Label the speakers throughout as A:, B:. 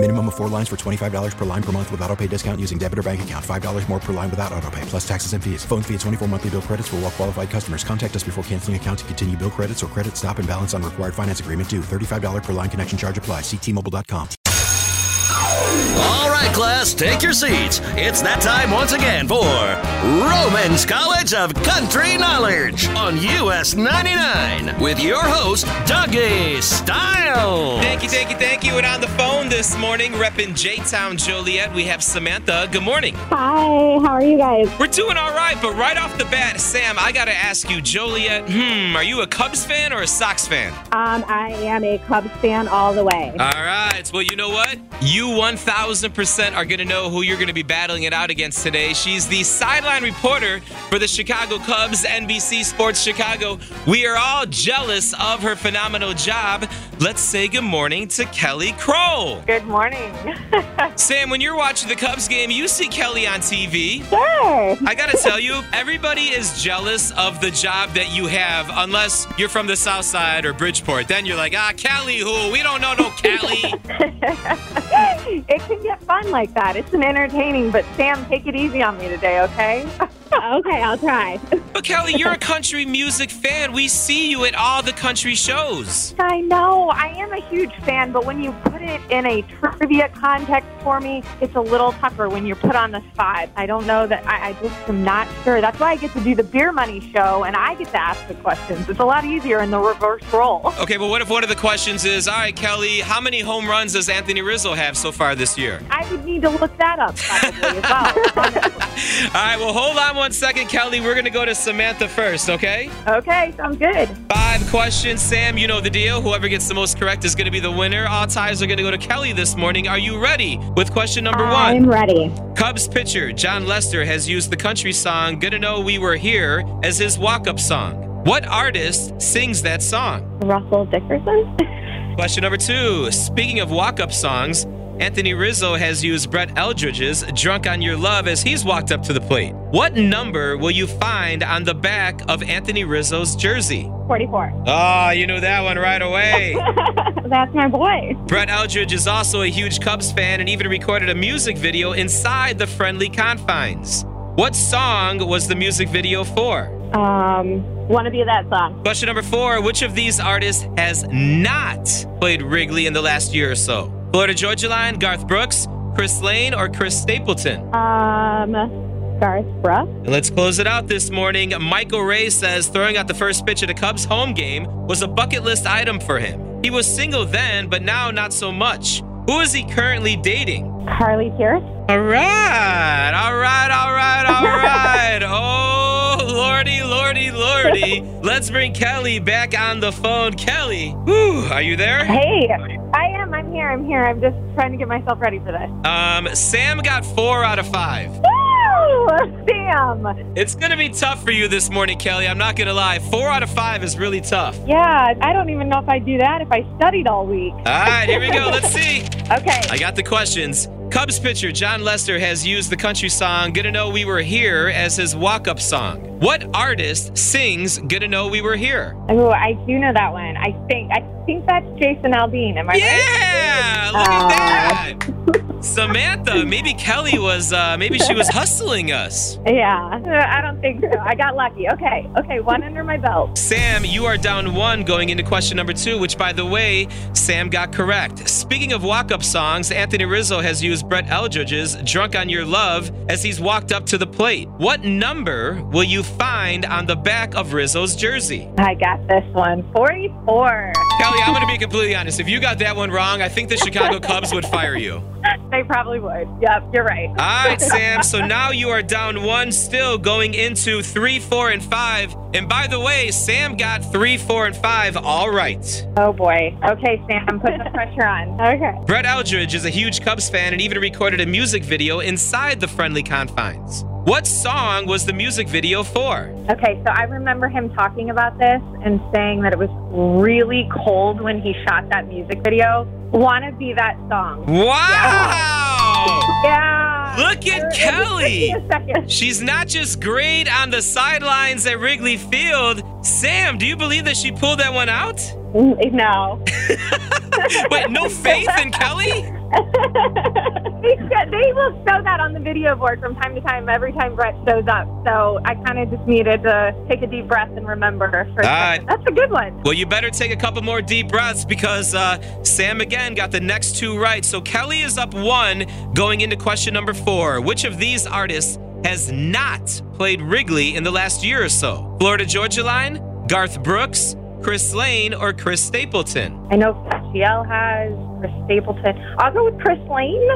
A: Minimum of four lines for $25 per line per month with auto pay discount using debit or bank account. $5 more per line without auto pay, plus taxes and fees. Phone fee at 24 monthly bill credits for all well qualified customers. Contact us before canceling account to continue bill credits or credit stop and balance on required finance agreement due. $35 per line connection charge apply. Ctmobile.com.
B: All right, class, take your seats. It's that time once again for Roman's College of Country Knowledge on US 99 with your host, Dougie Style.
C: Thank you, thank you, thank you. And on the phone this morning, repping J Town Joliet, we have Samantha. Good morning.
D: Hi, how are you guys?
C: We're doing all right, but right off the bat, Sam, I got to ask you, Joliet, hmm, are you a Cubs fan or a Sox fan?
D: Um, I am a Cubs fan all the way.
E: Uh,
C: All right. Well, you know what? You 1000% are going to know who you're going to be battling it out against today. She's the sideline reporter for the Chicago Cubs, NBC Sports Chicago. We are all jealous of her phenomenal job. Let's say good morning to Kelly Kroll.
E: Good morning.
C: Sam, when you're watching the Cubs game, you see Kelly on TV.
E: sure.
C: I gotta tell you, everybody is jealous of the job that you have, unless you're from the South Side or Bridgeport. Then you're like, ah, Cali, who? We don't know no Cali.
E: it can get fun like that. It's an entertaining, but Sam, take it easy on me today, okay?
D: okay, I'll try.
C: but Kelly, you're a country music fan. We see you at all the country shows.
E: I know. I am a huge fan, but when you put it in a trivia context for me, it's a little tougher when you're put on the spot. I don't know that I, I just am not sure. That's why I get to do the beer money show and I get to ask the questions. It's a lot easier in the reverse role.
C: Okay, but what if one of the questions is, all right, Kelly, how many home runs does Anthony Rizzo have so far this year?
E: I would need to look that up probably as well. honestly.
C: All right, well, hold on one second, Kelly. We're gonna go to Samantha first, okay?
E: okay, sounds good.
C: Five questions, Sam. You know the deal. Whoever gets the most correct is going to be the winner. All ties are going to go to Kelly this morning. Are you ready with question number
D: I'm
C: one?
D: ready.
C: Cubs pitcher John Lester has used the country song Gonna Know We Were Here as his walk up song. What artist sings that song?
D: Russell Dickerson?
C: Question number two. Speaking of walk up songs, Anthony Rizzo has used Brett Eldridge's Drunk on Your Love as he's walked up to the plate. What number will you find on the back of Anthony Rizzo's jersey?
D: 44.
C: Ah, you knew that one right away.
D: That's my boy.
C: Brett Eldridge is also a huge Cubs fan and even recorded a music video inside the friendly confines. What song was the music video for?
D: Um, want to be that song.
C: Question number four Which of these artists has not played Wrigley in the last year or so? Florida Georgia Line, Garth Brooks, Chris Lane, or Chris Stapleton?
D: Um, Garth Brooks?
C: And let's close it out this morning. Michael Ray says throwing out the first pitch at a Cubs home game was a bucket list item for him. He was single then, but now not so much. Who is he currently dating?
D: Carly Pierce?
C: All right, all right, all right, all right. Oh, lordy, lordy, lordy. Let's bring Kelly back on the phone. Kelly, whew, are you there?
E: Hey, I am. I'm here. I'm here. I'm just trying to get myself ready for this.
C: Um, Sam got four out of five.
E: Woo! Damn.
C: It's gonna be tough for you this morning, Kelly. I'm not gonna lie. Four out of five is really tough.
E: Yeah, I don't even know if I'd do that if I studied all week.
C: All right, here we go. Let's see.
E: Okay.
C: I got the questions. Cubs pitcher John Lester has used the country song Gonna Know We Were Here as his walk up song. What artist sings Gonna Know We Were Here?
E: Oh, I do know that one. I think I think that's Jason Aldean. Am I right?
C: Yeah, look at that. Samantha, maybe Kelly was, uh, maybe she was hustling us.
E: Yeah. Uh, I don't think so. I got lucky. Okay. Okay. One under my belt.
C: Sam, you are down one going into question number two, which, by the way, Sam got correct. Speaking of walk up songs, Anthony Rizzo has used Brett Eldridge's Drunk on Your Love as he's walked up to the plate. What number will you find on the back of Rizzo's jersey?
E: I got this one. Forty-four.
C: Kelly, I'm going to be completely honest. If you got that one wrong, I think the Chicago Cubs would fire you.
E: They probably would. Yep. You're right.
C: All right, Sam. So now you are down one, still going into three, four, and five. And by the way, Sam got three, four, and five. All right.
E: Oh boy.
D: Okay, Sam.
E: I'm putting the pressure on.
D: Okay.
C: Brett Eldridge is a huge Cubs fan and even recorded a music video inside the friendly confines. What song was the music video for?
E: Okay. So I remember him talking about this and saying that it was really cold when he shot that music video.
D: Wanna be that song.
C: Wow!
D: Yeah.
C: Look
D: It
C: at
D: was-
C: Kelly!
D: It was- it was-
C: She's not just great on the sidelines at Wrigley Field. Sam, do you believe that she pulled that one out?
E: Mm,
D: no.
C: Wait, no faith in Kelly?
D: they, show- they will show that on the video board from time to time, every time Brett shows up. So I kind of just needed to take a deep breath and remember. For a
C: All right.
D: second. That's a good one.
C: Well, you better take a couple more deep breaths because uh, Sam again got the next two right. So Kelly is up one going into question number four. Which of these artists has not played Wrigley in the last year or so? Florida Georgia Line, Garth Brooks, Chris Lane, or Chris Stapleton?
D: I know Fasciel has Chris Stapleton. I'll go with Chris Lane.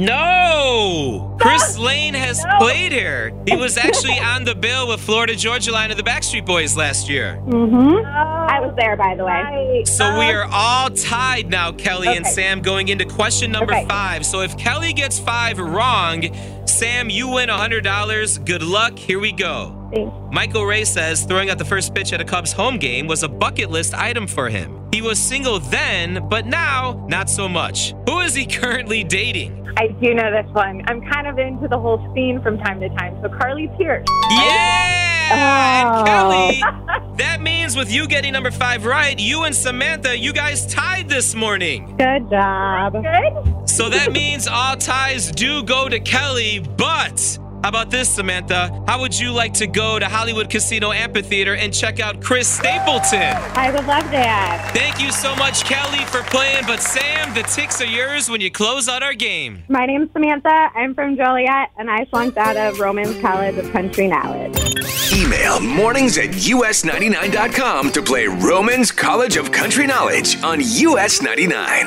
C: No! Chris Lane has
D: No.
C: played here. He was actually on the bill with Florida Georgia Line of the Backstreet Boys last year.
D: I was there, by the way.
C: So we are all tied now, Kelly and
D: Um, Okay.
C: Sam, going into question number
D: Okay.
C: five. So if Kelly gets five wrong, Sam, you win $100. Good luck. Here we go.
D: Thanks.
C: Michael Ray says throwing out the first pitch at a Cubs home game was a bucket list item for him. He was single then, but now, not so much. Who is he currently dating?
D: I do know this one. I'm kind of into the whole scene from time to time. So Carly Pierce.
C: Yeah!
D: Oh.
C: And Kelly, that means with you getting number five right, you and Samantha, you guys tied this morning.
D: Good job. Good.
C: So that means all ties do go to Kelly, but how about this, Samantha? How would you like to go to Hollywood Casino Amphitheater and check out Chris Stapleton?
D: I would love that.
C: Thank you so much, Kelly, for playing. But Sam, the ticks are yours when you close out our game.
D: My name's Samantha. I'm from Joliet, and I flunked out of Romans College of Country Knowledge.
F: Email mornings at us99.com to play Roman's College of Country Knowledge on US 99.